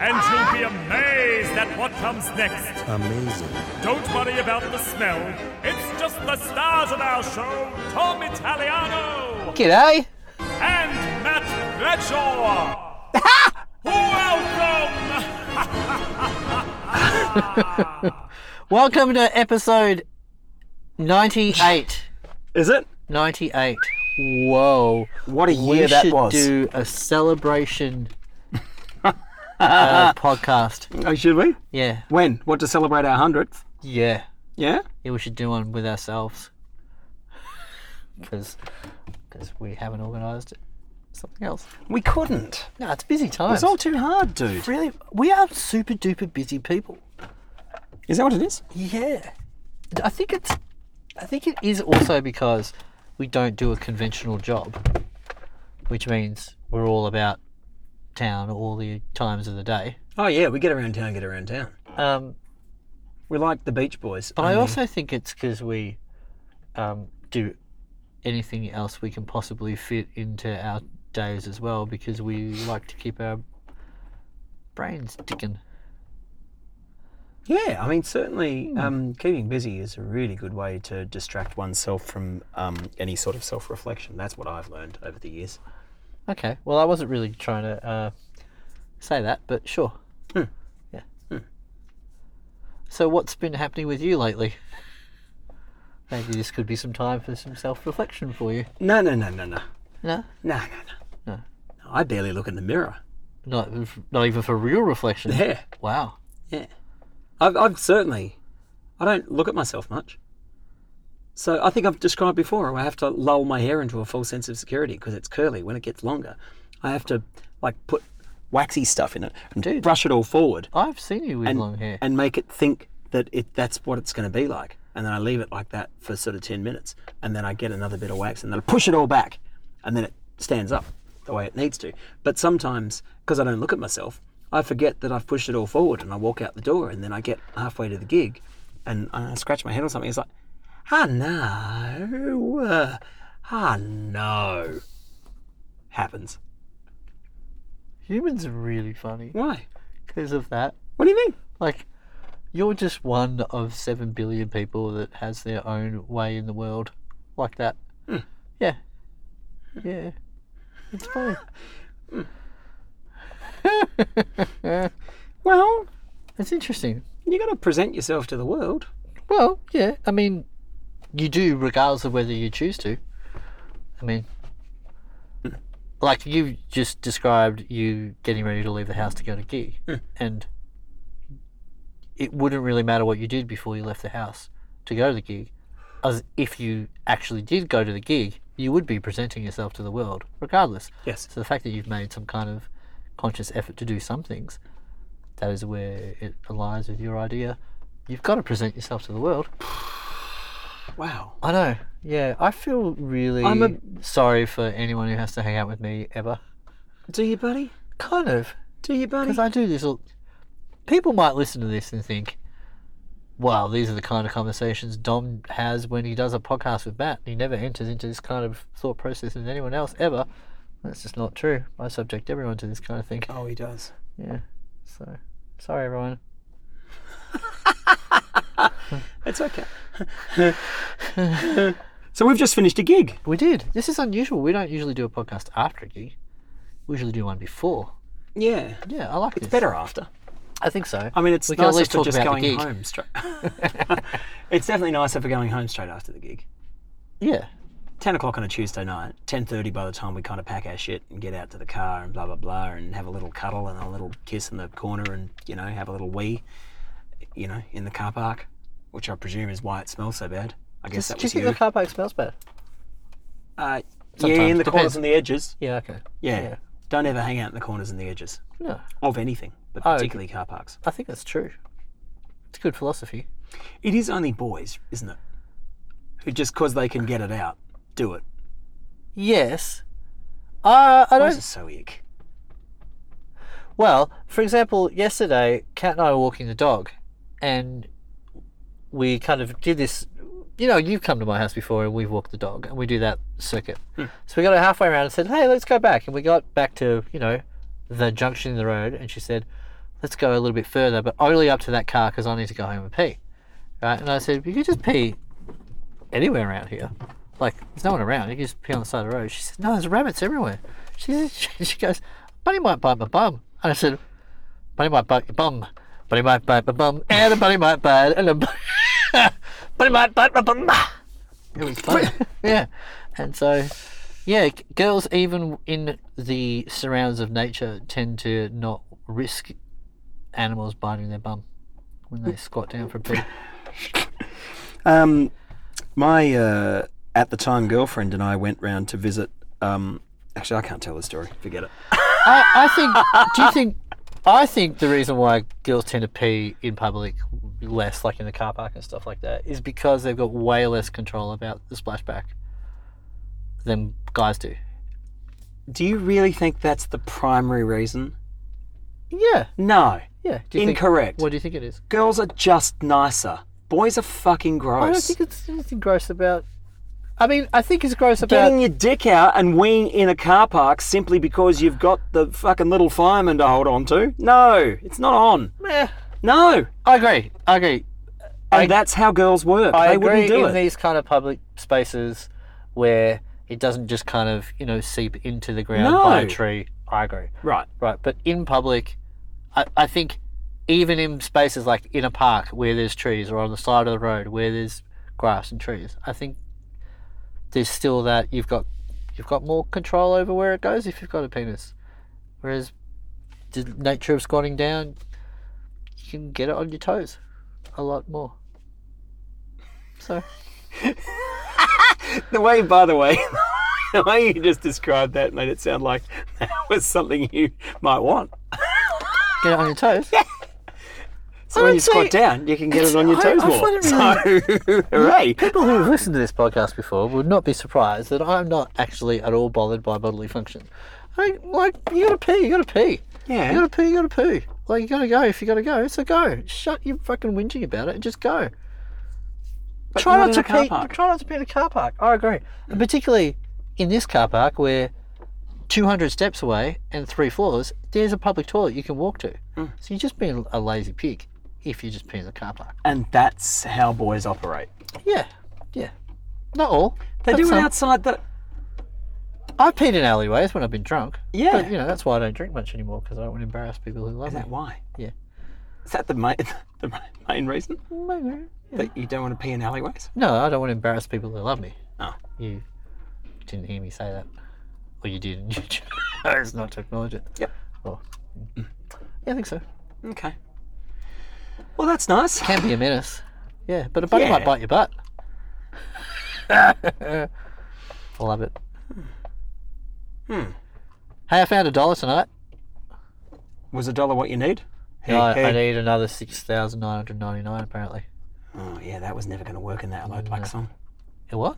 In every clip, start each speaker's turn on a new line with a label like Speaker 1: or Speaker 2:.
Speaker 1: and you'll be amazed at what comes next.
Speaker 2: Amazing.
Speaker 1: Don't worry about the smell. It's just the stars of our show, Tom Italiano
Speaker 3: G'day.
Speaker 1: and Matt Bradshaw. Welcome!
Speaker 3: Welcome to episode 98.
Speaker 2: Is it?
Speaker 3: 98. Whoa.
Speaker 2: What a
Speaker 3: We
Speaker 2: year that
Speaker 3: should
Speaker 2: was.
Speaker 3: do a celebration uh, podcast.
Speaker 2: Oh, should we?
Speaker 3: Yeah.
Speaker 2: When? What to celebrate our hundredth?
Speaker 3: Yeah.
Speaker 2: Yeah.
Speaker 3: Yeah, we should do one with ourselves. Because we haven't organised it. Something else.
Speaker 2: We couldn't.
Speaker 3: No, it's busy times.
Speaker 2: It's all too hard, dude.
Speaker 3: really, we are super duper busy people.
Speaker 2: Is that what it is?
Speaker 3: Yeah, I think it's. I think it is also because we don't do a conventional job, which means we're all about town all the times of the day.
Speaker 2: Oh yeah, we get around town, get around town.
Speaker 3: Um,
Speaker 2: We're like the Beach Boys. Um,
Speaker 3: but I,
Speaker 2: only-
Speaker 3: also think it's because we um, do anything else we can possibly fit into our days as well, because we like to keep our brains ticking.
Speaker 2: Yeah, I mean certainly um, keeping busy is a really good way to distract oneself from um, any sort of self-reflection. That's what I've learned over the years.
Speaker 3: Okay. Well, I wasn't really trying to uh, say that, but sure. Yeah. So, what's been happening with you lately? Maybe this could be some time for some self-reflection for you.
Speaker 2: No, no, no, no, no,
Speaker 3: No,
Speaker 2: no, no, no.
Speaker 3: No.
Speaker 2: I barely look in the mirror.
Speaker 3: not not even for real reflection.
Speaker 2: Yeah.
Speaker 3: Wow.
Speaker 2: Yeah. I've, I've certainly, I don't look at myself much. So I think I've described before, I have to lull my hair into a false sense of security because it's curly when it gets longer. I have to like put waxy stuff in it and
Speaker 3: Dude.
Speaker 2: brush it all forward
Speaker 3: I've seen you with
Speaker 2: and,
Speaker 3: long hair.
Speaker 2: and make it think that it that's what it's going to be like. And then I leave it like that for sort of 10 minutes. And then I get another bit of wax and then I push it all back. And then it stands up the way it needs to. But sometimes, because I don't look at myself, I forget that I've pushed it all forward and I walk out the door and then I get halfway to the gig and I scratch my head on something. It's like, ah, no. uh, ah, no. Happens.
Speaker 3: Humans are really funny
Speaker 2: Why?
Speaker 3: because of that.
Speaker 2: What do you mean?
Speaker 3: Like, you're just one of seven billion people that has their own way in the world, like that. Yeah. Yeah. It's funny.
Speaker 2: Well,
Speaker 3: It's interesting.
Speaker 2: you got to present yourself to the world.
Speaker 3: Well, yeah. I mean, you do regardless of whether you choose to. I mean, like you just described you getting ready to leave the house to go to gig, and it wouldn't really matter what you did before you left the house to go to the gig, as if you actually did go to the gig, you would be presenting yourself to the world regardless.
Speaker 2: Yes.
Speaker 3: So the fact that you've made some kind of conscious effort to do some things, that is where it aligns with your idea. You've got to present yourself to the world.
Speaker 2: Wow.
Speaker 3: I know. Yeah, I feel really
Speaker 2: I'm a-
Speaker 3: sorry for anyone who has to hang out with me ever.
Speaker 2: Do you, buddy?
Speaker 3: Kind of,
Speaker 2: Do you, buddy?
Speaker 3: because I do this. All... People might listen to this and think, "Wow, these are the kind of conversations Dom has when he does a podcast with Matt. He never enters into this kind of thought process with anyone else ever." That's just not true. I subject everyone to this kind of thing.
Speaker 2: Oh, he does.
Speaker 3: Yeah. So, sorry, everyone.
Speaker 2: It's okay. so we've just finished a gig.
Speaker 3: We did. This is unusual. We don't usually do a podcast after a gig. We usually do one before.
Speaker 2: Yeah.
Speaker 3: Yeah, I like this.
Speaker 2: Better after.
Speaker 3: I think so.
Speaker 2: I mean, it's
Speaker 3: We can at
Speaker 2: nicer
Speaker 3: least
Speaker 2: for
Speaker 3: talk
Speaker 2: just
Speaker 3: about the
Speaker 2: going
Speaker 3: gig.
Speaker 2: home straight. it's definitely nicer for going home straight after the gig.
Speaker 3: Yeah.
Speaker 2: Ten o'clock on a Tuesday night. Ten thirty by the time we kind of pack our shit and get out to the car and blah blah blah and have a little cuddle and a little kiss in the corner and you know have a little wee, you know, in the car park, which I presume is why it smells so bad. I guess
Speaker 3: Do
Speaker 2: that
Speaker 3: you
Speaker 2: was
Speaker 3: think
Speaker 2: you.
Speaker 3: the car park smells bad?
Speaker 2: uh, yeah,
Speaker 3: Sometimes.
Speaker 2: in the corners
Speaker 3: Depends.
Speaker 2: and the edges.
Speaker 3: Yeah, okay.
Speaker 2: Yeah. Don't ever hang out in the corners and the edges
Speaker 3: No,
Speaker 2: of anything, but
Speaker 3: Oh, okay.
Speaker 2: particularly car parks.
Speaker 3: I think that's true. It's good philosophy.
Speaker 2: It is only boys, isn't it? Who just because they can get it out, do it.
Speaker 3: Yes. Uh, I
Speaker 2: Boys
Speaker 3: don't.
Speaker 2: are so ick.
Speaker 3: Well, for example, yesterday, Kat and I were walking the dog, and we kind of did this. You know, you've come to my house before, and we've walked the dog, and we do that circuit. So we got her halfway around and said, "Hey, let's go back." And we got back to you know the junction in the road, and she said, "Let's go a little bit further, but only up to that car because I need to go home and pee." Right? And I said, "You can just pee anywhere around here. Like, there's no one around. You can just pee on the side of the road. She said, No, there's rabbits everywhere. She, she goes, Bunny might bite my bum. And I said, Bunny might bite your bum. Bunny might bite my bum. And a bunny might bite. And a bu- bunny might bite my bum. It was funny. yeah. And so, yeah, g- girls, even in the surrounds of nature, tend to not risk animals biting their bum when they squat down for a pee.
Speaker 2: Um, my uh, at the time girlfriend and I went round to visit. Um, actually, I can't tell the story. Forget it.
Speaker 3: I, I think. Do you think? I think the reason why girls tend to pee in public less, like in the car park and stuff like that, is because they've got way less control about the splashback than guys do.
Speaker 2: Do you really think that's the primary reason?
Speaker 3: Yeah,
Speaker 2: No.
Speaker 3: yeah. Do you think-
Speaker 2: Incorrect.
Speaker 3: what do you think it is?
Speaker 2: Girls are just nicer. Boys are fucking gross.
Speaker 3: I don't think it's anything gross about. I mean, I think it's gross about.
Speaker 2: Getting your dick out and weeing in a car park simply because you've got the fucking little fireman to hold on to? No, it's not on.
Speaker 3: Meh.
Speaker 2: No.
Speaker 3: I agree. I agree.
Speaker 2: And
Speaker 3: I-
Speaker 2: that's how girls work.
Speaker 3: I
Speaker 2: they
Speaker 3: agree
Speaker 2: wouldn't do
Speaker 3: in
Speaker 2: it.
Speaker 3: these kind of public spaces where it doesn't just kind of you know seep into the ground by a
Speaker 2: No.
Speaker 3: tree. I agree.
Speaker 2: Right.
Speaker 3: Right, but in public, I, I think even in spaces like in a park where there's trees or on the side of the road where there's grass and trees, I think there's still that you've got you've got more control over where it goes if you've got a penis. Whereas the nature of squatting down, you can get it on your toes a lot more. So
Speaker 2: The way, by the way, the way you just described that made it sound like that was something you might want.
Speaker 3: get it on your toes.
Speaker 2: So when you squat
Speaker 3: Honestly,
Speaker 2: down, you can get it on your
Speaker 3: I-
Speaker 2: toes
Speaker 3: I
Speaker 2: more.
Speaker 3: find it
Speaker 2: So, hooray.
Speaker 3: People who have listened to this podcast before would not be surprised that I'm not actually at all bothered by bodily function. I, like, you gotta pee, you gotta pee.
Speaker 2: Yeah.
Speaker 3: You gotta pee, you gotta pee. Like, you gotta go if you gotta go, so go. Shut your fucking whinging about it and just go. try
Speaker 2: not
Speaker 3: not
Speaker 2: in
Speaker 3: to
Speaker 2: a car
Speaker 3: pee.
Speaker 2: park.
Speaker 3: Try not to pee in a car park. I agree. And particularly in this car park where 200 steps away and three floors, there's a public toilet you can walk to.
Speaker 2: Mm.
Speaker 3: So you're just being a lazy pig if you just pee in the car park.
Speaker 2: And that's how boys operate.
Speaker 3: Yeah, yeah. Not all.
Speaker 2: They
Speaker 3: but
Speaker 2: do it
Speaker 3: some.
Speaker 2: outside the.
Speaker 3: I've peed in alleyways when I've been drunk.
Speaker 2: Yeah.
Speaker 3: But, you know, that's why I don't drink much anymore because I don't want to embarrass people who love
Speaker 2: Is
Speaker 3: me.
Speaker 2: that why?
Speaker 3: Yeah.
Speaker 2: Is that the main, the main reason?
Speaker 3: Maybe.
Speaker 2: That you don't want to pee in alleyways?
Speaker 3: No, I don't want to embarrass people who love me.
Speaker 2: Oh.
Speaker 3: You didn't hear me say that. Or you did and you chose not to acknowledge it.
Speaker 2: Yep. Mm.
Speaker 3: Oh. Yeah, I think so.
Speaker 2: Okay. Well, that's nice.
Speaker 3: Can be a menace. Yeah, but a bug
Speaker 2: Yeah.
Speaker 3: might bite your butt. I love it. Hmm. Hey, I found a dollar tonight.
Speaker 2: Was a dollar what you need? Hey,
Speaker 3: No, I,
Speaker 2: hey.
Speaker 3: I need another 6,999 apparently.
Speaker 2: Oh, yeah, that was never going to work in that Hello Black song.
Speaker 3: A what?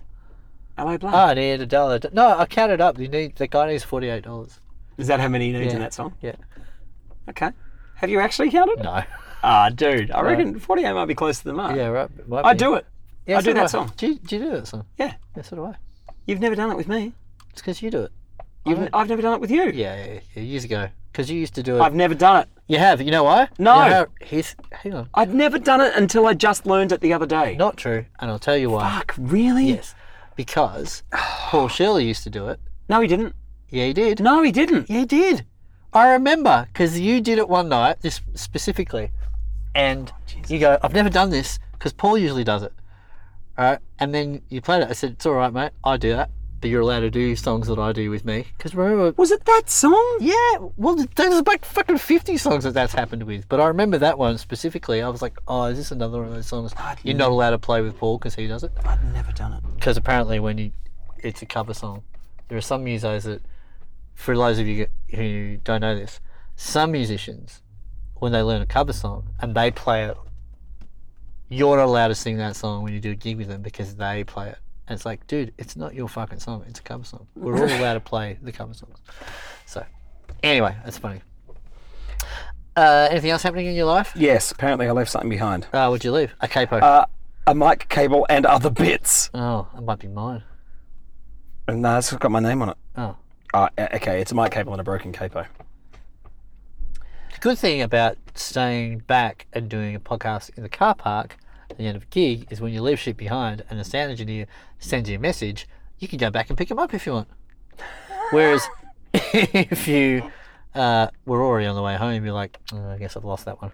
Speaker 2: Hello Black.
Speaker 3: Oh, I need a dollar. No, I counted up. You need the guy needs forty eight dollars.
Speaker 2: Is that how many he needs in
Speaker 3: yeah.
Speaker 2: that song?
Speaker 3: Yeah.
Speaker 2: Okay. Have you actually counted?
Speaker 3: No.
Speaker 2: Ah, dude, I reckon 48 might be close to the mark.
Speaker 3: Yeah, right. Might
Speaker 2: I
Speaker 3: be.
Speaker 2: do it.
Speaker 3: Yeah,
Speaker 2: I do
Speaker 3: so
Speaker 2: that
Speaker 3: I.
Speaker 2: song.
Speaker 3: Do you, do you do that song?
Speaker 2: Yeah.
Speaker 3: Yeah, so do I.
Speaker 2: You've never done it with me.
Speaker 3: It's because you do it.
Speaker 2: You've, I've never done it with you.
Speaker 3: Yeah, yeah, yeah, years ago. Because you used to do it.
Speaker 2: I've never done it.
Speaker 3: You have. You know why?
Speaker 2: No.
Speaker 3: You know how- here's, hang on.
Speaker 2: I'd never done it until I just learned it the other day.
Speaker 3: Not true, and I'll tell you why.
Speaker 2: Fuck, really?
Speaker 3: Yes, because Paul Shirley used to do it.
Speaker 2: No, he didn't.
Speaker 3: Yeah, he did.
Speaker 2: No, he didn't.
Speaker 3: Yeah, he did. I remember because you did it one night, this specifically, and you go, "I've never done this because Paul usually does it." All right, and then you played it. I said, "It's all right, mate. I do that, but you're allowed to do songs that I do with me." Because remember,
Speaker 2: Was it that song?
Speaker 3: yeah, well, th- there's like fucking fifty songs that that's happened with, but I remember that one specifically. I was like, "Oh, is this another one of those songs you're not allowed to play with Paul because he does it?"
Speaker 2: I'd never done it.
Speaker 3: because apparently when you it's a cover song there are some musos that for those of you who don't know this some musicians when they learn a cover song and they play it you're not allowed to sing that song when you do a gig with them because they play it. And it's like, dude, it's not your fucking song. It's a cover song. We're all allowed to play the cover songs. So, anyway, that's funny. Uh, anything else happening in your life?
Speaker 2: Yes, apparently I left something behind.
Speaker 3: Uh, would you leave? A capo.
Speaker 2: Uh, a mic cable and other bits.
Speaker 3: oh, that might be mine.
Speaker 2: And no, it's got my name on it.
Speaker 3: Oh.
Speaker 2: Uh, okay, it's a mic cable and a broken capo.
Speaker 3: The good thing about staying back and doing a podcast in the car park at the end of a gig is when you leave shit behind and the sound engineer sends you a message, you can go back and pick them up if you want. Whereas if you uh, were already on the way home, you're like, "Oh, I guess I've lost that one.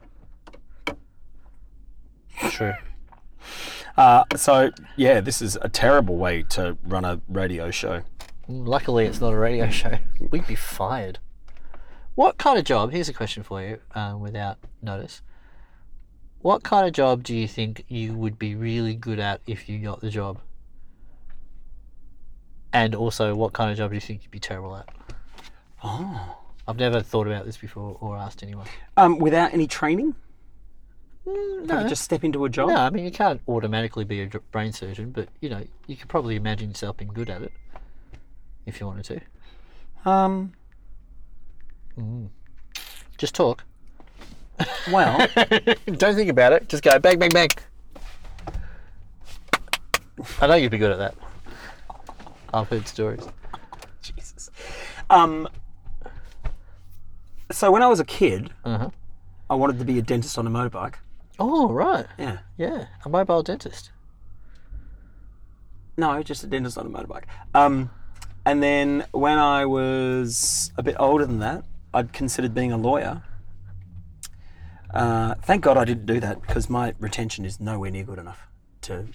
Speaker 3: True.
Speaker 2: Uh, so, yeah, this is a terrible way to run a radio show.
Speaker 3: Luckily, it's not a radio show. We'd be fired. What kind of job? Here's a question for you, uh, without notice. What kind of job do you think you would be really good at if you got the job? And also, what kind of job do you think you'd be terrible at?
Speaker 2: Oh.
Speaker 3: I've never thought about this before or asked anyone.
Speaker 2: Um, without any training?
Speaker 3: Mm,
Speaker 2: I
Speaker 3: No,
Speaker 2: could just step into a job?
Speaker 3: no. I mean, you can't automatically be a dr- brain surgeon, but you know, you could probably imagine yourself being good at it if you wanted to.
Speaker 2: Um,
Speaker 3: Just talk.
Speaker 2: well,
Speaker 3: Don't think about it. Just go bang, bang, bang. I know you'd be good at that. I've heard stories.
Speaker 2: Jesus. Um, so when I was a kid,
Speaker 3: Uh-huh.
Speaker 2: I wanted to be a dentist on a motorbike.
Speaker 3: Oh, right.
Speaker 2: Yeah.
Speaker 3: Yeah. A mobile dentist.
Speaker 2: No, just a dentist on a motorbike. Um, and then when I was a bit older than that, I'd considered being a lawyer. Uh, thank God I didn't do that because my retention is nowhere near good enough to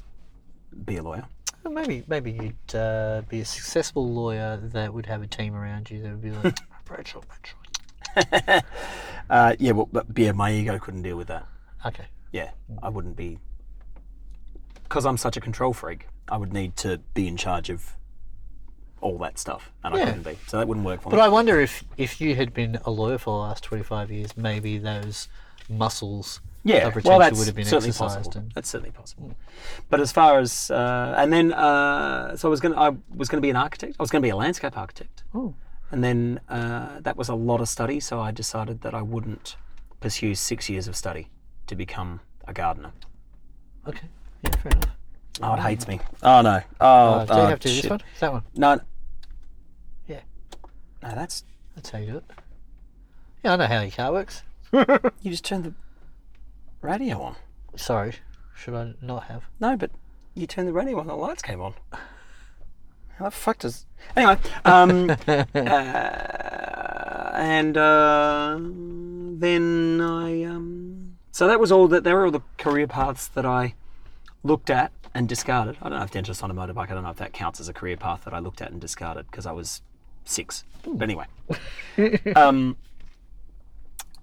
Speaker 2: be a lawyer.
Speaker 3: Well, Maybe, maybe you'd uh, be a successful lawyer that would have a team around you that would be like, Rachel, Rachel.
Speaker 2: Uh, yeah, well, but yeah, my ego couldn't deal with that.
Speaker 3: Okay.
Speaker 2: Yeah, I wouldn't be. Because I'm such a control freak, I would need to be in charge of all that stuff, and I
Speaker 3: Yeah.
Speaker 2: couldn't be. So that wouldn't work for
Speaker 3: But
Speaker 2: me.
Speaker 3: I wonder if, if you had been a lawyer for the last 25 years, maybe those muscles
Speaker 2: yeah,
Speaker 3: of retention
Speaker 2: well, that's
Speaker 3: would have been
Speaker 2: certainly
Speaker 3: exercised.
Speaker 2: possible.
Speaker 3: And,
Speaker 2: That's certainly possible. But as far as uh, and then, uh, so I was gonna, I was gonna be an architect. I was gonna be a landscape architect,
Speaker 3: oh,
Speaker 2: and then uh, that was a lot of study. So I decided that I wouldn't pursue six years of study to become a gardener.
Speaker 3: okay. Yeah, fair enough.
Speaker 2: Oh, it hates me. Oh no. Oh,
Speaker 3: Uh, do you
Speaker 2: oh,
Speaker 3: have to do
Speaker 2: shit.
Speaker 3: this one? That one.
Speaker 2: No.
Speaker 3: Yeah.
Speaker 2: No, that's
Speaker 3: That's how you do it. Yeah, I know how your car works.
Speaker 2: You just turn the radio on.
Speaker 3: Sorry, should I not have?
Speaker 2: No, but you turned the radio on, the lights came on. How the fuck does. Anyway, um. uh, and uh, then I. Um, so that was all that. There were all the career paths that I looked at and discarded. I don't know if dentist on a motorbike, I don't know if that counts as a career path that I looked at and discarded because I was six. But anyway. um.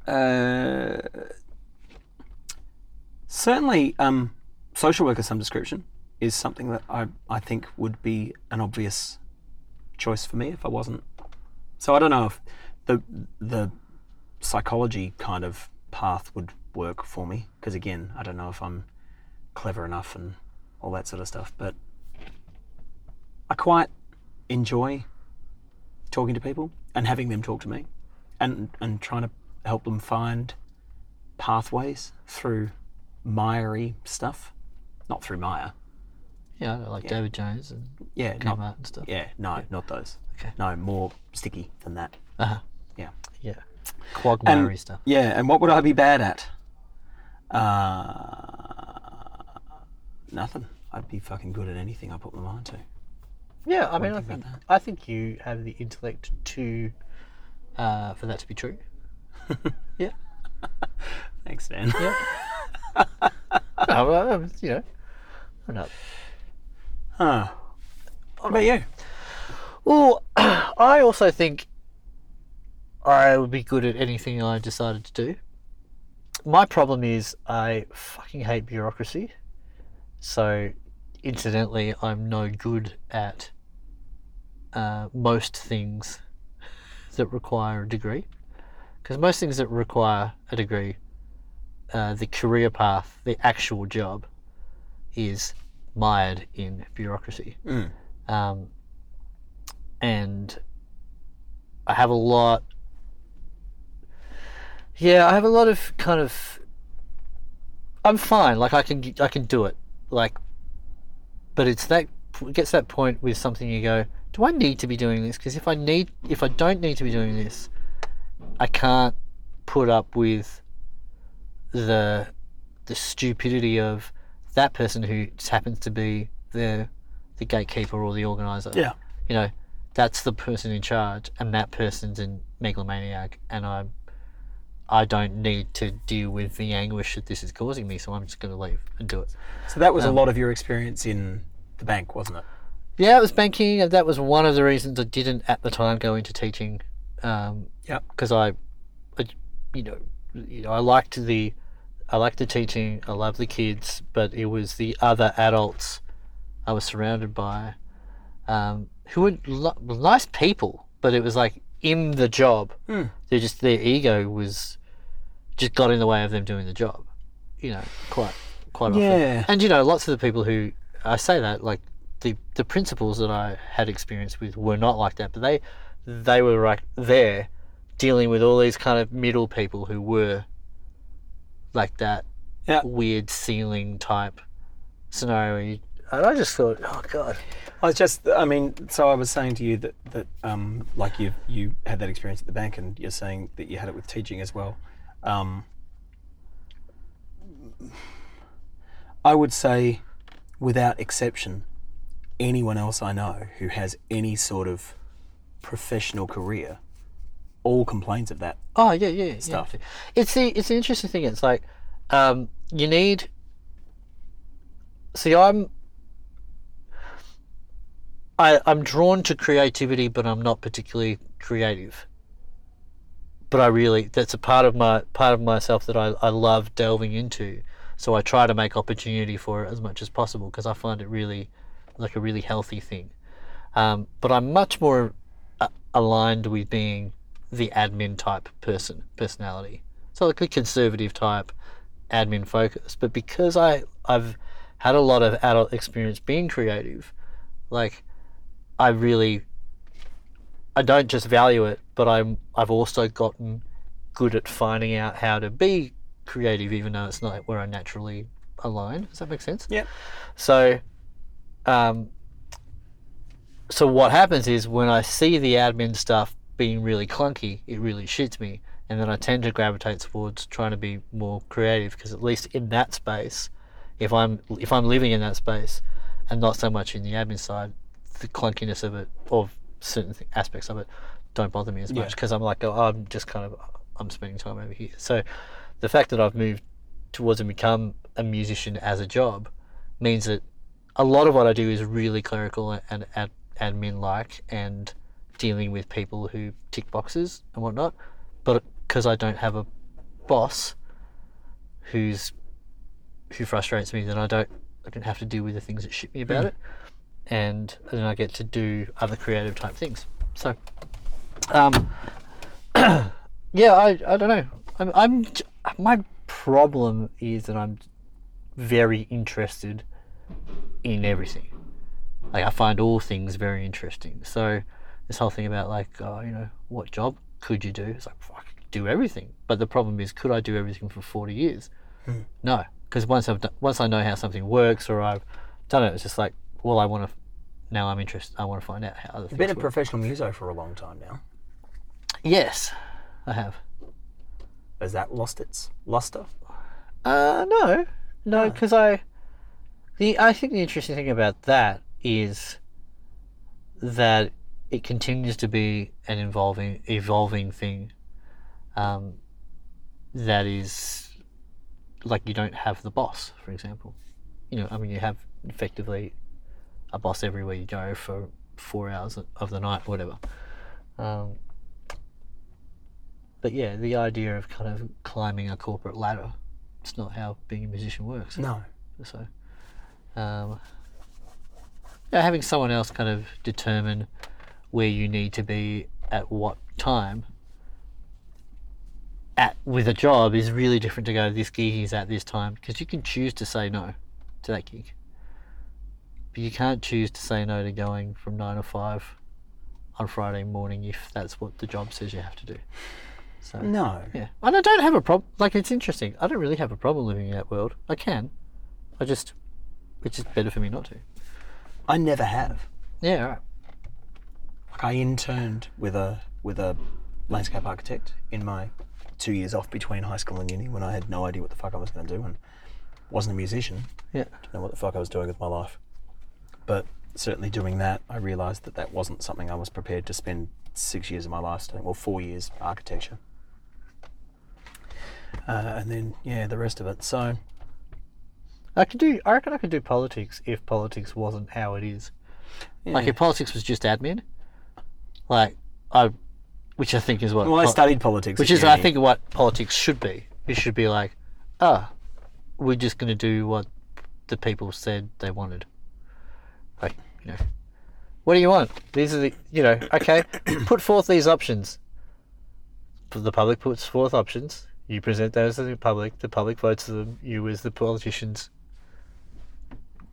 Speaker 2: Uh, certainly, um, social work of some description is something that I, I think would be an obvious choice for me if I wasn't. So I don't know if the the psychology kind of path would work for me because again, I don't know if I'm clever enough and all that sort of stuff. But I quite enjoy talking to people and having them talk to me, and and trying to help them find pathways through miry stuff, not through mire.
Speaker 3: Yeah, Oh, I know, like David Jones and
Speaker 2: Yeah,
Speaker 3: Kmart
Speaker 2: not,
Speaker 3: and stuff.
Speaker 2: yeah, no, not those.
Speaker 3: Okay.
Speaker 2: No, more sticky than that.
Speaker 3: Uh-huh.
Speaker 2: Yeah.
Speaker 3: Yeah. Quagmire
Speaker 2: And-
Speaker 3: stuff.
Speaker 2: Yeah, and what would I be bad at? Uh, nothing. I'd be fucking good at anything I put my mind to.
Speaker 3: Yeah, I mean, I think I think you have the intellect to uh, for that to be true. yeah.
Speaker 2: Thanks, Dan.
Speaker 3: Yeah. no, well, um, you know, I'm not
Speaker 2: Huh. What about you?
Speaker 3: Well, I also think I would be good at anything I decided to do. My problem is I fucking hate bureaucracy. So, incidentally, I'm no good at uh, most things that require a degree. Because most things that require a degree uh, the career path, the actual job, is mired in bureaucracy. Um, and I have a lot. Yeah, I have a lot of kind of. I'm fine. Like I can, I can do it. Like, but it's that it gets to that point with something you go, do I need to be doing this? Because if I need, if I don't need to be doing this, I can't put up with the the stupidity of that person who just happens to be the the gatekeeper or the organizer.
Speaker 2: Yeah.
Speaker 3: You know, that's the person in charge, and that person's in megalomaniac, and I'm I don't need to deal with the anguish that this is causing me, so I'm just going to leave and do it.
Speaker 2: So that was a lot of your experience in the bank, wasn't it?
Speaker 3: Yeah, it was banking, and that was one of the reasons I didn't at the time go into teaching. Um,
Speaker 2: Yeah.
Speaker 3: because I, I, you know, you know, I liked the, I liked the teaching. I loved the kids, but it was the other adults I was surrounded by, um, who were lo- nice people, but it was like in the job, they just their ego was, just got in the way of them doing the job, you know, quite, quite
Speaker 2: Yeah.
Speaker 3: often. And you know, lots of the people who I say that like the the principals that I had experience with were not like that, but they they were right there dealing with all these kind of middle people who were like that
Speaker 2: Yeah.
Speaker 3: weird ceiling type scenario. And I just thought, oh god,
Speaker 2: I was just, I mean, so I was saying to you that, that um, like you you had that experience at the bank and you're saying that you had it with teaching as well. Um, I would say, without exception, anyone else I know who has any sort of professional career all complains of that.
Speaker 3: oh yeah, yeah, yeah.
Speaker 2: Stuff.
Speaker 3: It's the it's the interesting thing. It's like um, you need. See, I'm. I, I'm drawn to creativity, but I'm not particularly creative. But I really that's a part of my part of myself that I, I love delving into. So I try to make opportunity for it as much as possible because I find it really like a really healthy thing. Um, but I'm much more a- aligned with being the admin type person personality. So like a conservative type, admin focus. But because I I've had a lot of adult experience being creative, like I really I don't just value it, but I'm I've also gotten good at finding out how to be creative even though it's not where I naturally align. Does that make sense?
Speaker 2: Yep.
Speaker 3: So um so what happens is when I see the admin stuff being really clunky, it really shits me, and then I tend to gravitate towards trying to be more creative because at least in that space, if I'm if I'm living in that space, and not so much in the admin side, the clunkiness of it of certain th- aspects of it don't bother me as much because I'm like oh, I'm just kind of I'm spending time over here. So the fact that I've moved towards and become a musician as a job means that a lot of what I do is really clerical and ad, admin like and dealing with people who tick boxes and whatnot. But because I don't have a boss who's who frustrates me, then I don't I don't have to deal with the things that shit me about it, and then I get to do other creative type things. So, um, yeah, I, I don't know. I'm, I'm j- my problem is that I'm very interested in everything. Like I find all things very interesting. So this whole thing about like, uh, you know, what job could you do? It's like fuck, do everything. But the problem is, could I do everything for forty years? No, because once I've done, once I know how something works or I've done it, it's just like, well, I want to. Now I'm interested. I want to find out how other things
Speaker 2: Been a
Speaker 3: work.
Speaker 2: professional muso for a long time now.
Speaker 3: yes, I have.
Speaker 2: Has that lost its luster?
Speaker 3: Uh, no, no, because I, the I think the interesting thing about that is that it continues to be an evolving evolving thing. Um, that is, like you don't have the boss, for example. You know, I mean, you have effectively a boss everywhere you go for four hours of the night, whatever. Um, but yeah, the idea of kind of climbing a corporate ladder it's not how being a musician works.
Speaker 2: No.
Speaker 3: So, um, yeah, having someone else kind of determine where you need to be at what time at with a job is really different to go this gig is at this time because you can choose to say no to that gig, but you can't choose to say no to going from nine to five on Friday morning if that's what the job says you have to do. So
Speaker 2: No.
Speaker 3: yeah, and I don't have a problem. Like it's interesting. I don't really have a problem living in that world. I can. I just it's just better for me not to.
Speaker 2: I never have.
Speaker 3: Yeah. all right.
Speaker 2: Like I interned with a with a landscape architect in my two years off between high school and uni when I had no idea what the fuck I was going to do and wasn't a musician.
Speaker 3: Yeah.
Speaker 2: Didn't know what the fuck I was doing with my life. But certainly doing that, I realised that that wasn't something I was prepared to spend six years of my life studying. Well, four years architecture, uh, and then yeah, the rest of it. So
Speaker 3: I could do. I reckon I could do politics if politics wasn't how it is. Like
Speaker 2: Yeah.
Speaker 3: if politics was just admin, like I, which I think is what.
Speaker 2: well, I
Speaker 3: pol-
Speaker 2: studied politics,
Speaker 3: Which
Speaker 2: at
Speaker 3: is, I
Speaker 2: uni.
Speaker 3: think, what politics should be. It should be like, ah, we're just going to do what the people said they wanted. Like, you know, what do you want? These are the, you know, okay, put forth these options. P- The public puts forth options. You present those to the public. The public votes them. You, as the politicians,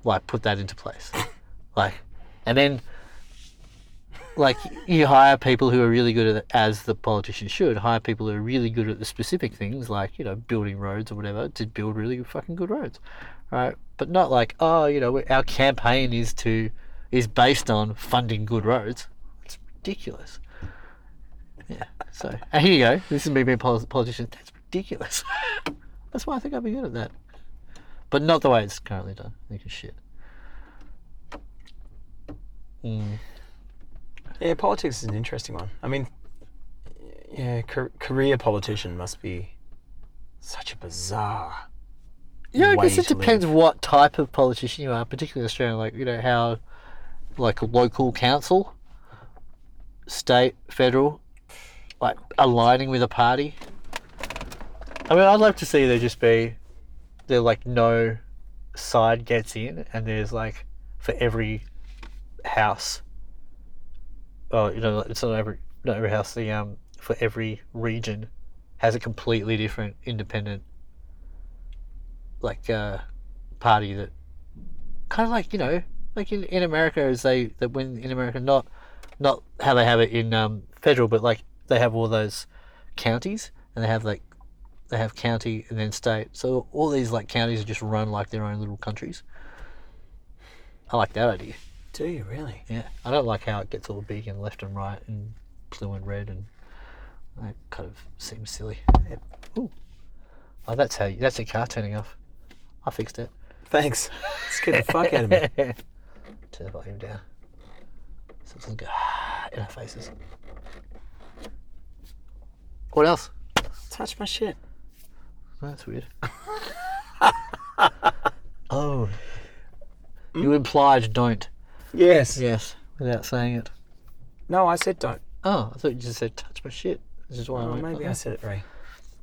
Speaker 3: like put that into place. Like, and then like you hire people who are really good at it, as the politicians should hire people who are really good at the specific things like you know building roads or whatever to build really good, fucking good roads right but not like oh you know we- our campaign is to is based on funding good roads it's ridiculous yeah so and here you go this is me being a poli- politician that's ridiculous that's why i think i'd be good at that but not the way it's currently done i think it's shit Hmm.
Speaker 2: Yeah, politics is an interesting one. I mean, yeah, car- career politician must be such a bizarre.
Speaker 3: Yeah, I guess
Speaker 2: way
Speaker 3: it
Speaker 2: to live.
Speaker 3: depends what type of politician you are, particularly in Australia. Like you know how, like local council, state, federal, like aligning with a party. I mean, I'd love to see there just be, there like no side gets in, and there's like for every house. Oh, you know, it's not every not every house. The um for every region has a completely different independent like uh, party that kind of like you know like in, in America is they that when in America not not how they have it in um, federal but like they have all those counties and they have like they have county and then state so all these like counties are just run like their own little countries I like that idea
Speaker 2: Do you really?
Speaker 3: yeah I don't like how it gets all big and left and right and blue and red and that kind of seems silly Ooh. oh that's how you, that's your car turning off I fixed it
Speaker 2: Thanks. Scared the fuck out of me.
Speaker 3: Turn the volume down. So it doesn't go in our faces. What else?
Speaker 2: Touch my shit.
Speaker 3: That's weird. oh. You implied don't.
Speaker 2: Yes.
Speaker 3: Mm. Yes. Without saying it.
Speaker 2: No, I said don't.
Speaker 3: Oh, I thought you just said touch my shit. This is why I
Speaker 2: Well,
Speaker 3: went,
Speaker 2: maybe
Speaker 3: oh.
Speaker 2: I said it right.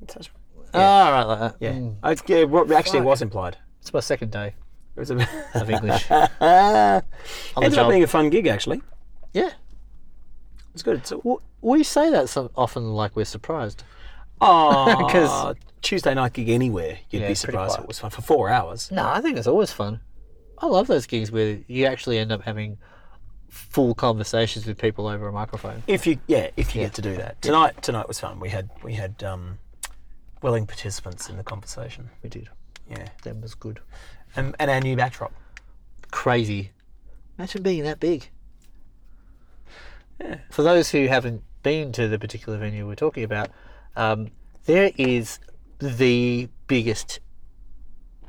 Speaker 2: Touch.
Speaker 3: Ah, right, like that.
Speaker 2: Yeah.
Speaker 3: Mm.
Speaker 2: I, yeah well, actually, it was implied.
Speaker 3: It's my second day
Speaker 2: It was a.
Speaker 3: of English.
Speaker 2: Ah,
Speaker 3: on the
Speaker 2: ended up
Speaker 3: job.
Speaker 2: being a fun gig actually.
Speaker 3: yeah.
Speaker 2: It's good. It's a,
Speaker 3: We say that so often like we're surprised.
Speaker 2: oh,
Speaker 3: 'Cause-
Speaker 2: Tuesday night gig anywhere, you'd
Speaker 3: Yeah,
Speaker 2: be
Speaker 3: it's pretty
Speaker 2: surprised
Speaker 3: quiet.
Speaker 2: it was fun for four hours.
Speaker 3: No, I think it's always fun. I love those gigs where you actually end up having full conversations with people over a microphone.
Speaker 2: If you yeah, if you get to do that. Tonight tonight was fun. We had we had um, willing participants in the conversation.
Speaker 3: We did.
Speaker 2: Yeah.
Speaker 3: That was good.
Speaker 2: And, and our new backdrop.
Speaker 3: Crazy. Imagine being that big. For those who haven't been to the particular venue we're talking about, um, there is the biggest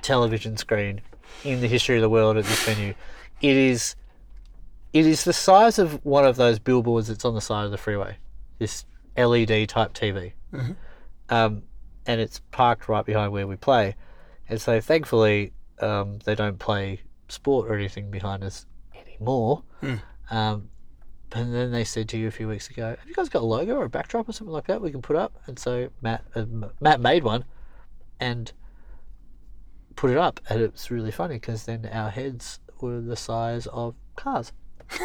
Speaker 3: television screen in the history of the world at this venue. It is it is the size of one of those billboards that's on the side of the freeway. This LED type TV, um, and it's parked right behind where we play, and so thankfully um, they don't play sport or anything behind us anymore. Um, and then they said to you a few weeks ago, "Have you guys got a logo or a backdrop or something like that we can put up?" And so Matt uh, M- Matt made one, and put it up, and it was really funny because then our heads were the size of cars.
Speaker 2: they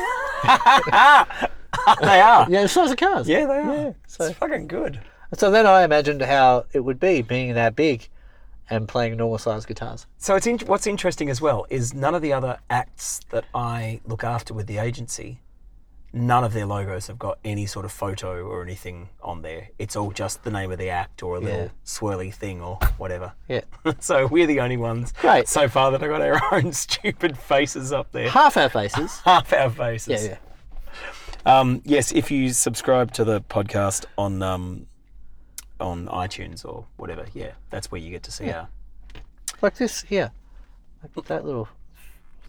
Speaker 2: are.
Speaker 3: Yeah, the size of cars.
Speaker 2: Yeah, they are.
Speaker 3: so-
Speaker 2: It's fucking good.
Speaker 3: And so then I imagined how it would be being that big and playing normal sized guitars.
Speaker 2: So it's in, what's interesting as well is none of the other acts that I look after with the agency, none of their logos have got any sort of photo or anything on there. It's all just the name of the act or a
Speaker 3: Yeah.
Speaker 2: little swirly thing or whatever.
Speaker 3: Yeah.
Speaker 2: so we're the only ones
Speaker 3: Great.
Speaker 2: so far that have got our own stupid faces up there.
Speaker 3: Half our faces.
Speaker 2: Half our faces.
Speaker 3: yeah, yeah.
Speaker 2: Um, yes, if you subscribe to the podcast on um, on iTunes or whatever, yeah, that's where you get to see our
Speaker 3: Like this here. Like that little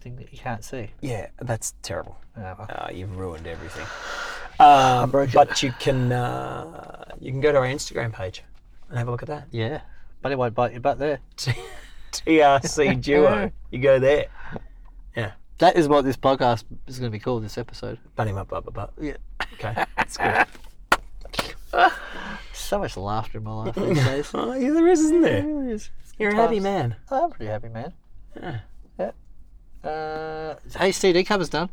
Speaker 3: thing that you can't see.
Speaker 2: Yeah, that's terrible.
Speaker 3: Ah, well.
Speaker 2: Uh, you've ruined everything. Um,
Speaker 3: broke it.
Speaker 2: but you can uh, you can go to our Instagram page and have a look at that.
Speaker 3: Yeah. But it won't bite your butt there.
Speaker 2: TRC Duo. You go there. Yeah.
Speaker 3: That is what this podcast is going to be called this episode.
Speaker 2: Bunny up up up.
Speaker 3: Yeah.
Speaker 2: Okay. That's good.
Speaker 3: So much laughter in my life these days.
Speaker 2: oh, yeah, there is, isn't there?
Speaker 3: Really is.
Speaker 2: You're a
Speaker 3: Times.
Speaker 2: happy man.
Speaker 3: I'm pretty happy, man. Yeah. Uh, hey, CD cover's done.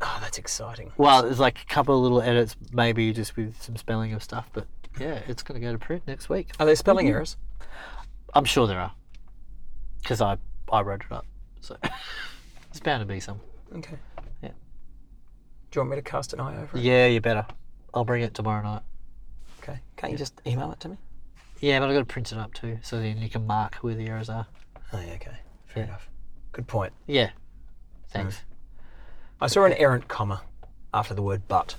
Speaker 2: Oh, that's exciting.
Speaker 3: Well, there's like a couple of little edits, maybe just with some spelling of stuff, but yeah, it's going to go to print next week.
Speaker 2: Are there spelling
Speaker 3: Mm-hmm.
Speaker 2: errors?
Speaker 3: I'm sure there are, because I I wrote it up, so it's bound to be some.
Speaker 2: Okay.
Speaker 3: Yeah.
Speaker 2: Do you want me to cast an eye over it?
Speaker 3: Yeah, you better. I'll bring it tomorrow night.
Speaker 2: Okay. Can't you just email it to me?
Speaker 3: Yeah, but I've got to print it up too, so then you can mark where the errors are.
Speaker 2: Oh, yeah, okay. Fair enough. Good point.
Speaker 3: Yeah. Thanks.
Speaker 2: I saw an errant comma after the word but.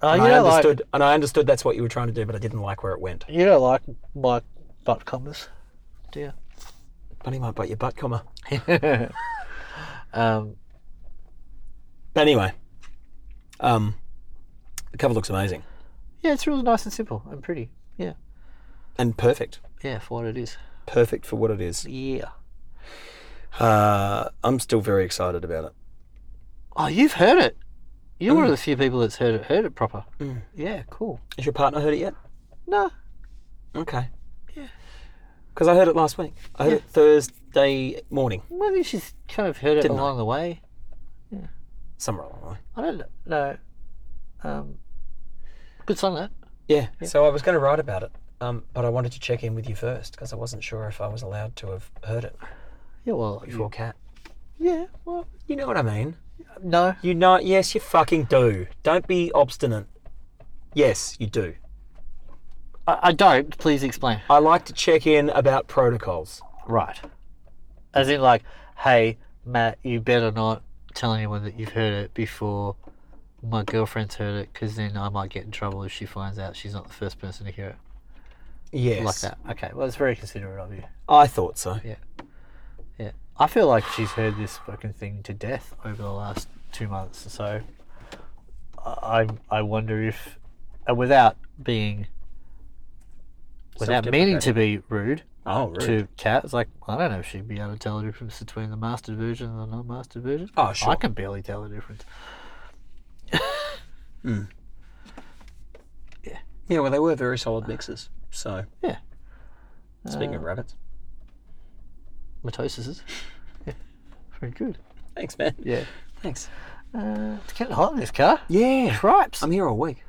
Speaker 3: Oh,
Speaker 2: And
Speaker 3: you
Speaker 2: I
Speaker 3: don't like
Speaker 2: understood, and I understood that's what you were trying to do, but I didn't like where it went.
Speaker 3: you don't like my butt commas, do you?
Speaker 2: Bunny might bite your butt, comma.
Speaker 3: Um,
Speaker 2: But anyway, um, the cover looks amazing
Speaker 3: yeah, it's really nice and simple and pretty. Yeah.
Speaker 2: and perfect,
Speaker 3: Yeah, for what it is.
Speaker 2: perfect for what it is.
Speaker 3: Yeah.
Speaker 2: Uh, I'm still very excited about it.
Speaker 3: Oh, you've heard it. You're
Speaker 2: Mm.
Speaker 3: one of the few people that's heard it heard it proper. Yeah, cool.
Speaker 2: Has your partner heard it yet?
Speaker 3: No.
Speaker 2: Okay. Yeah. Because I heard it last week. I heard it Thursday morning,
Speaker 3: Maybe she's kind of heard it
Speaker 2: Didn't I?
Speaker 3: along the way.
Speaker 2: somewhere along the way.
Speaker 3: I don't know. Um, good song that.
Speaker 2: Yeah. So I was going to write about it, um, but I wanted to check in with you first because I wasn't sure if I was allowed to have heard it
Speaker 3: Yeah, well,
Speaker 2: before Cat.
Speaker 3: yeah, well,
Speaker 2: You know what I mean?
Speaker 3: no.
Speaker 2: You know, yes, you fucking do. Don't be obstinate. Yes, you do.
Speaker 3: I, I don't. Please explain.
Speaker 2: I like to check in about protocols.
Speaker 3: Right. As in, like, hey, Matt, you better not tell anyone that you've heard it before my girlfriend's heard it, because then I might get in trouble if she finds out she's not the first person to hear it.
Speaker 2: Yes.
Speaker 3: Like that. Okay. Well, it's very considerate of you.
Speaker 2: I thought so.
Speaker 3: Yeah. I feel like she's heard this fucking thing to death over the last two months. So I I I wonder if, uh, without being, without meaning to be rude
Speaker 2: Oh, really?
Speaker 3: to Kat, it's like, I don't know if she'd be able to tell the difference between the mastered version and the non mastered version.
Speaker 2: Oh, sure.
Speaker 3: I can barely tell the difference.
Speaker 2: Yeah, well, they were very solid mixes. So.
Speaker 3: Yeah.
Speaker 2: Speaking of rabbits.
Speaker 3: Mitosis is. Very good.
Speaker 2: Thanks, man.
Speaker 3: Yeah.
Speaker 2: Thanks.
Speaker 3: Uh, it's getting hot in this car.
Speaker 2: Yeah.
Speaker 3: Cripes.
Speaker 2: I'm here all week.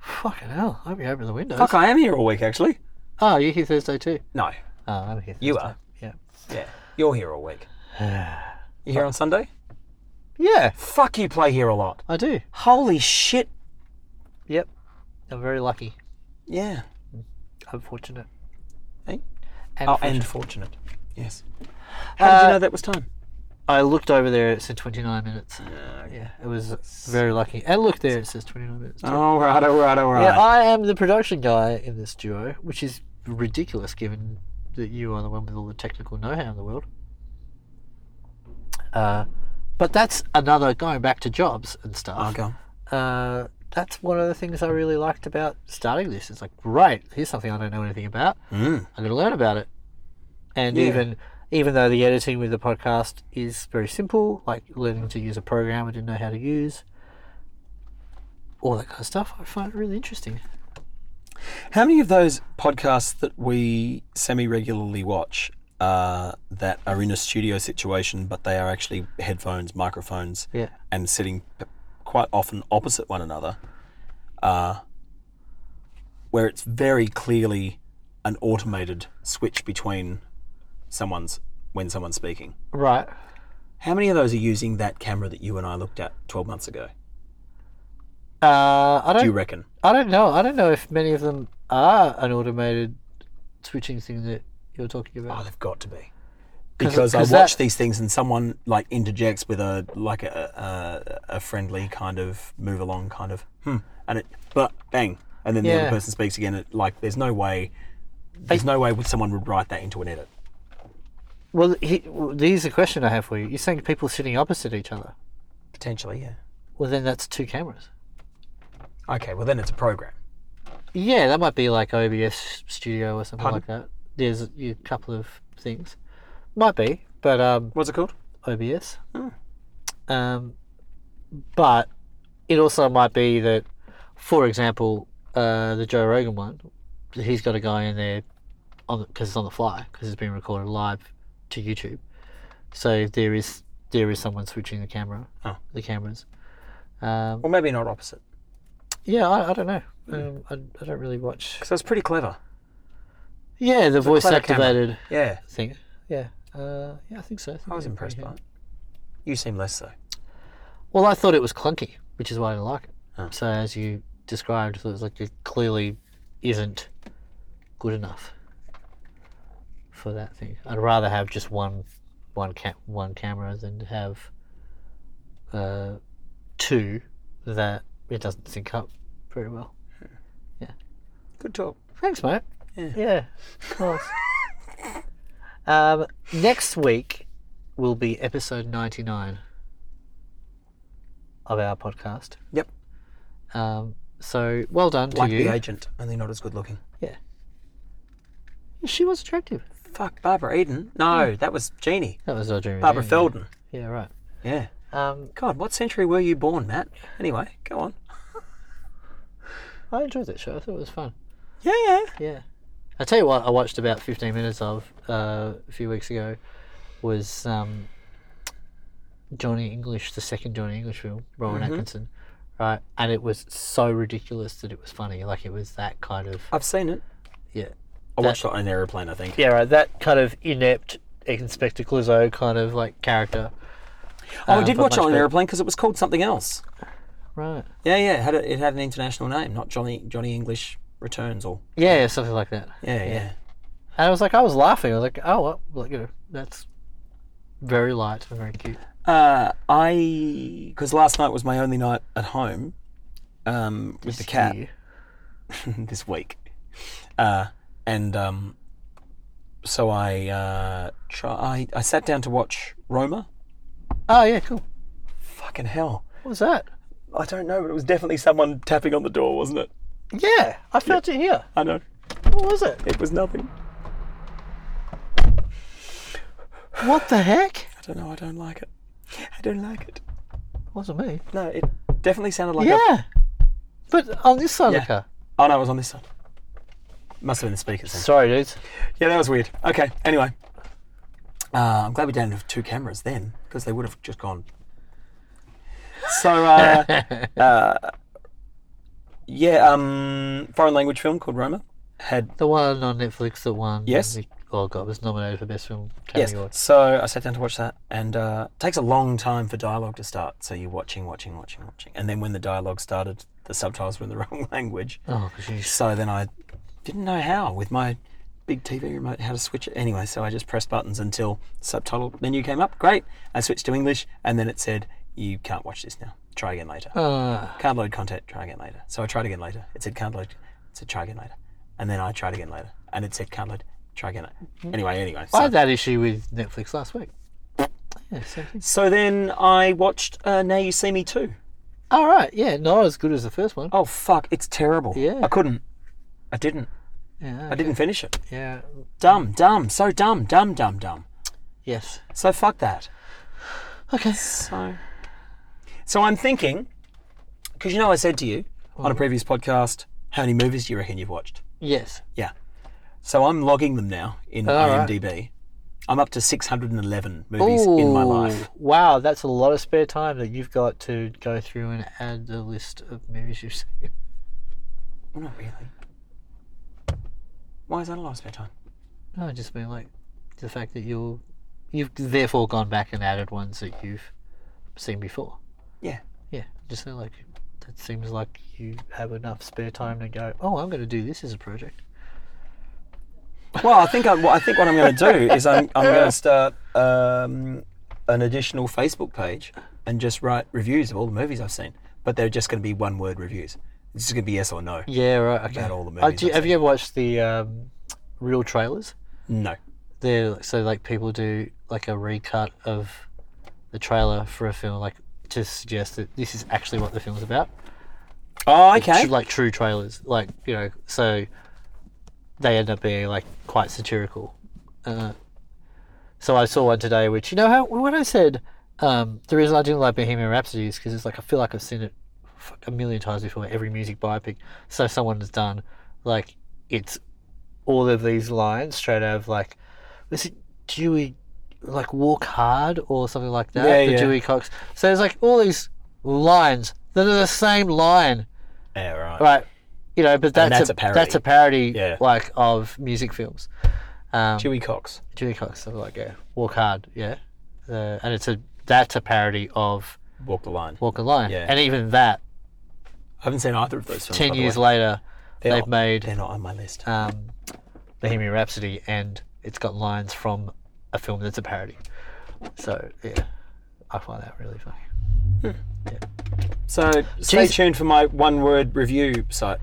Speaker 3: fucking hell. I hope you open the windows.
Speaker 2: Fuck, I am here all week, actually.
Speaker 3: Oh, you're here Thursday too.
Speaker 2: No.
Speaker 3: Oh, I'm here.
Speaker 2: You
Speaker 3: Thursday.
Speaker 2: are.
Speaker 3: Yeah.
Speaker 2: Yeah. You're here all week. you here on Sunday?
Speaker 3: Yeah,
Speaker 2: Fuck, you play here a lot.
Speaker 3: I do.
Speaker 2: Holy shit.
Speaker 3: Yep. I'm very lucky.
Speaker 2: Yeah.
Speaker 3: I'm fortunate.
Speaker 2: Hey?
Speaker 3: And
Speaker 2: Oh,
Speaker 3: fortunate.
Speaker 2: and fortunate. Yes. How did
Speaker 3: Uh,
Speaker 2: you know that was time?
Speaker 3: I looked over there, it said 29 minutes.
Speaker 2: Okay.
Speaker 3: Yeah, it was very lucky. And look there, it says 29 minutes. too.
Speaker 2: All Oh, right, all right, all right.
Speaker 3: Yeah, I am the production guy in this duo, which is ridiculous given that you are the one with all the technical know how in the world. Uh, but that's another, going back to jobs and stuff.
Speaker 2: I'll go.
Speaker 3: uh, that's one of the things I really liked about starting this. It's like, right, here's something I don't know anything about. Mm. I'm going to learn about it. And
Speaker 2: Yeah.
Speaker 3: even even though the editing with the podcast is very simple, like learning to use a program I didn't know how to use, all that kind of stuff, I find it really interesting.
Speaker 2: How many of those podcasts that we semi regularly watch uh, that are in a studio situation, but they are actually headphones, microphones,
Speaker 3: Yeah.
Speaker 2: and sitting p- quite often opposite one another, uh, where it's very clearly an automated switch between someone's when someone's speaking.
Speaker 3: Right.
Speaker 2: How many of those are using that camera that you and I looked at 12 months ago?
Speaker 3: Uh, I
Speaker 2: Do
Speaker 3: don't.
Speaker 2: you reckon?
Speaker 3: I don't know. I don't know if many of them are an automated switching thing that you're talking
Speaker 2: Oh,
Speaker 3: about.
Speaker 2: they've got to be.
Speaker 3: 'Cause-
Speaker 2: Because I
Speaker 3: 'cause
Speaker 2: watch
Speaker 3: that-
Speaker 2: these things and someone like interjects with a like a, a a friendly kind of move along kind of hmm and it but bang and then the
Speaker 3: Yeah.
Speaker 2: other person speaks again. It, like there's no way there's no way someone would write that into an edit.
Speaker 3: Well, he, well, here's a question I have for you. You're saying people sitting opposite each other.
Speaker 2: Potentially, yeah.
Speaker 3: Well, then that's two cameras.
Speaker 2: Okay, well then it's a program.
Speaker 3: Yeah, that might be like OBS Studio or something like that. There's a a couple of things. Might be, but um,
Speaker 2: What's it called?
Speaker 3: OBS.
Speaker 2: Hmm.
Speaker 3: Um, but it also might be that, for example, uh, the Joe Rogan one, he's got a guy in there on because it's on the fly because it's being recorded live to YouTube. So there is there is someone switching the camera,
Speaker 2: Oh.
Speaker 3: the cameras. Um,
Speaker 2: Well, maybe not opposite
Speaker 3: yeah, I, I don't know.
Speaker 2: Hmm.
Speaker 3: Um, I, I don't really watch.
Speaker 2: because that's pretty clever.
Speaker 3: Yeah, the
Speaker 2: a
Speaker 3: voice
Speaker 2: clever camera.
Speaker 3: activated
Speaker 2: Yeah,
Speaker 3: thing. Yeah, uh, yeah, I think so. think
Speaker 2: I was
Speaker 3: they're
Speaker 2: impressed
Speaker 3: pretty
Speaker 2: by
Speaker 3: good.
Speaker 2: it. You seem less so.
Speaker 3: Well, I thought it was clunky, which is why I didn't like it. So as you described, it was like it clearly isn't good enough for that thing. I'd rather have just one, one ca- one camera than have uh, two that it doesn't sync up very well.
Speaker 2: Good talk.
Speaker 3: Thanks, mate.
Speaker 2: Yeah.
Speaker 3: of course. um, next week will be episode 99 of our podcast.
Speaker 2: Yep.
Speaker 3: Um, so well done
Speaker 2: Like
Speaker 3: to you.
Speaker 2: the agent, only not as good looking.
Speaker 3: She was attractive.
Speaker 2: Fuck Barbara Eden. No, that was Jeannie.
Speaker 3: That was Audrey.
Speaker 2: Barbara
Speaker 3: Rivera.
Speaker 2: Feldon.
Speaker 3: Yeah, right.
Speaker 2: Yeah.
Speaker 3: Um,
Speaker 2: God, what century were you born, Matt? Anyway, go on.
Speaker 3: I enjoyed that show. I thought it was fun.
Speaker 2: Yeah, yeah.
Speaker 3: Yeah. I tell you what, I watched about 15 minutes of uh, a few weeks ago was um, Johnny English, the second Johnny English film, Rowan
Speaker 2: Mm-hmm.
Speaker 3: Atkinson, right? And it was so ridiculous that it was funny. Like it was that kind of
Speaker 2: I've seen it.
Speaker 3: yeah,
Speaker 2: I watched it on an aeroplane, I think.
Speaker 3: yeah, right. That kind of inept Inspector Clouseau kind of like character,
Speaker 2: Oh, I
Speaker 3: Um,
Speaker 2: did
Speaker 3: but
Speaker 2: watch it
Speaker 3: much
Speaker 2: on an
Speaker 3: better.
Speaker 2: airplane because it was called something else.
Speaker 3: right?
Speaker 2: Yeah, yeah. It had, a, it had an international name, not Johnny Johnny English Returns or.
Speaker 3: Yeah, yeah, something like that.
Speaker 2: Yeah, yeah.
Speaker 3: And I was like, I was laughing. I was like, oh, well, well, you know, that's very light and very cute.
Speaker 2: Uh, I. Because last night was my only night at home um, with the cat.
Speaker 3: Cute.
Speaker 2: this week. Uh, and um, so I, uh, try, I I sat down to watch Roma.
Speaker 3: Oh yeah, cool.
Speaker 2: Fucking hell.
Speaker 3: What was that?
Speaker 2: I don't know, but it was definitely someone tapping on the door, wasn't it?
Speaker 3: Yeah, I felt it here.
Speaker 2: I know.
Speaker 3: What was it?
Speaker 2: It was nothing.
Speaker 3: What the heck?
Speaker 2: I don't know. I don't like it. I don't like it.
Speaker 3: Wasn't me.
Speaker 2: No, it definitely sounded like a.
Speaker 3: yeah. But on this side
Speaker 2: Yeah.
Speaker 3: of the car.
Speaker 2: Oh, no, it was on this side. Must have been the speakers. Then.
Speaker 3: Sorry, dudes.
Speaker 2: Yeah, that was weird. Okay, anyway. Uh, I'm glad we didn't have two cameras then, because they would have just gone. So, uh, uh, yeah, um, foreign language film called Roma had.
Speaker 3: The one on Netflix that won.
Speaker 2: Yes.
Speaker 3: The, oh, God, was nominated for Best Film
Speaker 2: Yes.
Speaker 3: category.
Speaker 2: So I sat down to watch that, and uh, it takes a long time for dialogue to start. So you're watching, watching, watching, watching. And then when the dialogue started, the subtitles were in the wrong language.
Speaker 3: Oh, jeez.
Speaker 2: So then I didn't know how with my big TV remote how to switch it. Anyway, so I just pressed buttons until subtitle menu came up. Great. I switched to English and then it said, You can't watch this now. Try again later.
Speaker 3: Uh,
Speaker 2: Can't load content, try again later. So I tried again later. It said can't load it said try again later. And then I tried again later. And it said can't load, try again later. Anyway, anyway.
Speaker 3: I
Speaker 2: So,
Speaker 3: had that issue with Netflix last week. Yeah, same thing.
Speaker 2: so then I watched uh, Now You See Me Too.
Speaker 3: All right. Yeah, not as good as the first one.
Speaker 2: Oh fuck, it's terrible.
Speaker 3: Yeah.
Speaker 2: I couldn't. I didn't.
Speaker 3: Yeah.
Speaker 2: I didn't finish it.
Speaker 3: Yeah.
Speaker 2: Dumb, dumb, so dumb, dumb, dumb, dumb.
Speaker 3: Yes.
Speaker 2: So fuck that.
Speaker 3: Okay.
Speaker 2: So, so I'm thinking, because you know, I said to you on a previous podcast, how many movies do you reckon you've watched?
Speaker 3: Yes.
Speaker 2: Yeah. So I'm logging them now in
Speaker 3: All right.
Speaker 2: IMDb. I'm up to 611 movies in my life.
Speaker 3: Ooh, Wow, that's a lot of spare time that you've got to go through and add the list of movies you've seen.
Speaker 2: Well, not really. Why is that a lot of spare time?
Speaker 3: No, I just mean like the fact that you're you've therefore gone back and added ones that you've seen before.
Speaker 2: Yeah.
Speaker 3: Yeah. Just feel like that seems like you have enough spare time to go, Oh, I'm gonna do this as a project.
Speaker 2: Well, I think I, what I think what I'm going to do is I'm, I'm going to start um, an additional Facebook page and just write reviews of all the movies I've seen, but they're just going to be one word reviews. It's just going to be yes or no.
Speaker 3: Yeah, right, okay.
Speaker 2: About all the
Speaker 3: Uh,
Speaker 2: movies
Speaker 3: do you-
Speaker 2: I've
Speaker 3: have you ever watched the um, real trailers?
Speaker 2: No.
Speaker 3: They're like- so like people do like a recut of the trailer for a film, like to suggest that this is actually what the film's about.
Speaker 2: Oh, okay.
Speaker 3: tr- like true trailers, like you know, so they end up being like quite satirical. Uh, so I saw one today, which you know how when I said um, the reason I didn't like Bohemian Rhapsody is because it's like I feel like I've seen it fuck, a million times before. Every music biopic, so someone has done like it's all of these lines straight out of like, was it Dewey? Like walk hard or something like that.
Speaker 2: Yeah,
Speaker 3: the
Speaker 2: yeah.
Speaker 3: Dewey Cox. So there's like all these lines that are the same line
Speaker 2: yeah, right.
Speaker 3: right you know but that's,
Speaker 2: that's
Speaker 3: a,
Speaker 2: a parody.
Speaker 3: that's a parody
Speaker 2: Yeah.
Speaker 3: like of music films um
Speaker 2: Dewey Cox.
Speaker 3: Jimmy Cox something like yeah walk hard yeah uh, and it's a that's a parody of
Speaker 2: Walk the line.
Speaker 3: walk a line
Speaker 2: Yeah.
Speaker 3: and even that
Speaker 2: I haven't seen either of those films.
Speaker 3: 10
Speaker 2: by the
Speaker 3: years
Speaker 2: way.
Speaker 3: later
Speaker 2: They're
Speaker 3: they've
Speaker 2: not-
Speaker 3: made
Speaker 2: They're not on my list.
Speaker 3: um Bohemian Rhapsody and it's got lines from a film that's a parody so yeah I find that really funny
Speaker 2: So stay
Speaker 3: Jeez.
Speaker 2: tuned for my one word review site.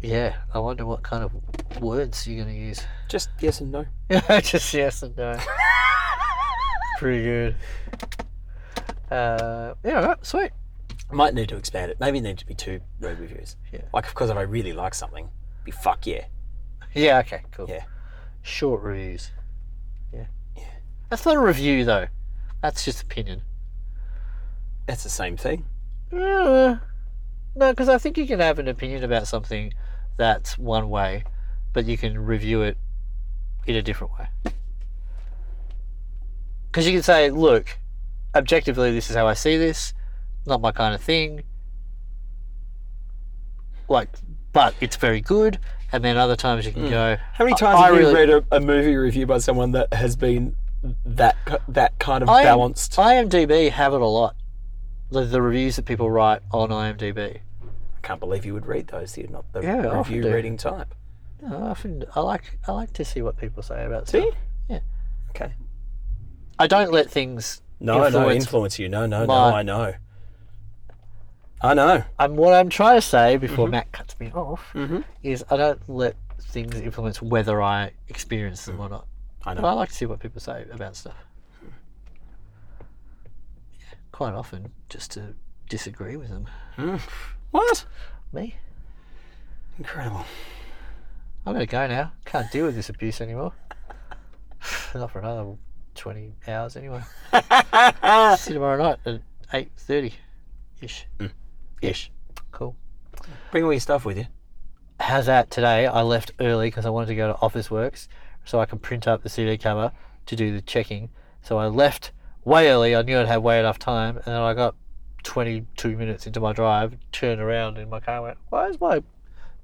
Speaker 3: yeah I wonder what kind of words you're gonna use
Speaker 2: Just yes and no.
Speaker 3: just yes and no. Pretty good. Uh, yeah, all right, sweet.
Speaker 2: Might need to expand it. Maybe need to be two word reviews.
Speaker 3: Yeah.
Speaker 2: Like, of course, if I really like something, be fuck yeah.
Speaker 3: Yeah, okay, cool.
Speaker 2: Yeah.
Speaker 3: Short reviews. Yeah. Yeah. That's not a review though. That's just opinion.
Speaker 2: That's the same thing.
Speaker 3: Uh, no, because I think you can have an opinion about something that's one way, but you can review it in a different way. Because you can say, look, objectively, this is how I see this, not my kind of thing. Like, but it's very good. And then other times you can go,
Speaker 2: Hmm. How many times
Speaker 3: I
Speaker 2: have you
Speaker 3: really-
Speaker 2: read a, a movie review by someone that has been that ki- that kind of
Speaker 3: I-
Speaker 2: balanced?
Speaker 3: IMDb have it a lot. The, the reviews that people write on IMDb.
Speaker 2: I can't believe you would read those. You're not the
Speaker 3: Yeah, I often
Speaker 2: review
Speaker 3: do.
Speaker 2: reading type.
Speaker 3: No, I often I like I like to see what people say about
Speaker 2: See?
Speaker 3: stuff. Yeah.
Speaker 2: Okay.
Speaker 3: I don't let things.
Speaker 2: No, no,
Speaker 3: Influence
Speaker 2: influence you. No, no, no.
Speaker 3: my-
Speaker 2: I know. I know.
Speaker 3: I'm what I'm trying to say before
Speaker 2: Mm-hmm.
Speaker 3: Matt cuts me off is I don't let things influence whether I experience them
Speaker 2: Mm.
Speaker 3: or not.
Speaker 2: I
Speaker 3: But
Speaker 2: know.
Speaker 3: I like to see what people say about stuff. Yeah, quite often, just to disagree with them.
Speaker 2: What?
Speaker 3: Me,
Speaker 2: Incredible.
Speaker 3: I'm gonna go now. Can't deal with this abuse anymore. not for another twenty hours anyway. See you tomorrow night at eight thirty, ish.
Speaker 2: Ish.
Speaker 3: Cool.
Speaker 2: Bring all your stuff with you.
Speaker 3: How's that today? I left early because I wanted to go to Office Works so I can print up the CD cover to do the checking. So I left way early. I knew I'd have way enough time, and then I got 22 minutes into my drive, turned around in my car, and went, "Why is my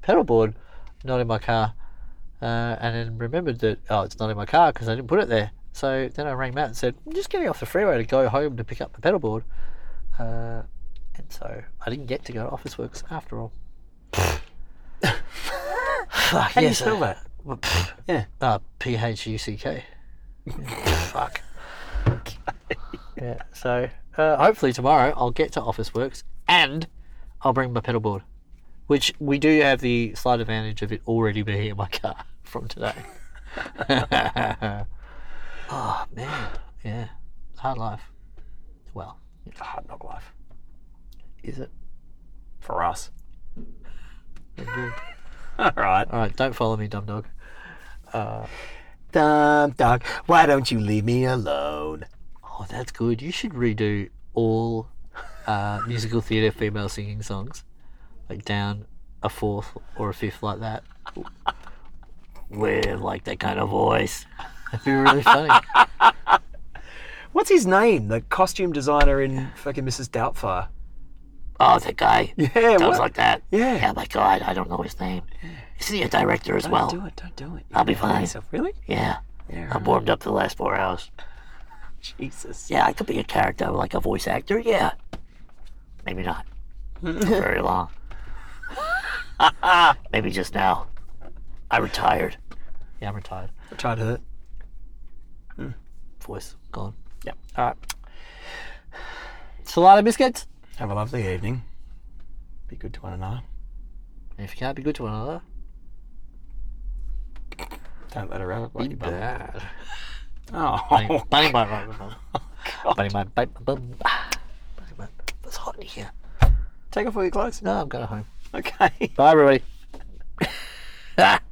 Speaker 3: pedal board not in my car?" Uh, and then remembered that oh, it's not in my car because I didn't put it there. So then I rang Matt and said, "I'm just getting off the freeway to go home to pick up the pedal board." Uh, and so I didn't get to go to Office Works after all. Fuck,
Speaker 2: How do you
Speaker 3: yes,
Speaker 2: spell
Speaker 3: uh,
Speaker 2: that?
Speaker 3: well, pff,
Speaker 2: Yeah.
Speaker 3: uh, P H U C K. Fuck. yeah. So uh, hopefully tomorrow I'll get to Office Works and I'll bring my pedal board, which we do have the slight advantage of it already being in my car from today. oh man, yeah, hard life. Well,
Speaker 2: It's a hard knock life
Speaker 3: is it?
Speaker 2: for us.
Speaker 3: All
Speaker 2: All right.
Speaker 3: right, don't follow me, dumb dog.
Speaker 2: Dumb dog, why don't you leave me alone?
Speaker 3: Oh, that's good. You should redo all uh, musical theatre female singing songs, like down a fourth or a fifth, like that. With like that kind of voice. That'd be really funny.
Speaker 2: What's his name? The costume designer in fucking Mrs. Doubtfire.
Speaker 3: Oh, that guy.
Speaker 2: Yeah,
Speaker 3: Sounds
Speaker 2: what?
Speaker 3: like that.
Speaker 2: Yeah.
Speaker 3: Oh my god, I don't know his name. Isn't he a director as well?
Speaker 2: Don't do it. Don't do it.
Speaker 3: I'll be
Speaker 2: You're gonna hurt
Speaker 3: fine.
Speaker 2: Yourself. Really?
Speaker 3: Yeah.
Speaker 2: Yeah.
Speaker 3: I'm warmed up for the last four hours.
Speaker 2: Jesus.
Speaker 3: Yeah, I could be a character, like a voice actor. Yeah. Maybe not. Not very long. Maybe just now. I retired.
Speaker 4: Yeah, I'm retired.
Speaker 2: Try to hurt.
Speaker 3: Voice gone.
Speaker 4: All right. Salada biscuits.
Speaker 2: Have a lovely evening. Be good to one another.
Speaker 4: And if you can't be good to one another,
Speaker 2: Don't let a rabbit bite
Speaker 4: be
Speaker 2: you, bud.
Speaker 4: bad. Oh,
Speaker 2: Oh,
Speaker 4: Bunny bite, right, right, right. bunny bite, bite, bite, bum. Ah, bunny bite. It's hot in here.
Speaker 2: take off all your clothes.
Speaker 4: No, I'm going home.
Speaker 2: Okay.
Speaker 4: Bye, everybody.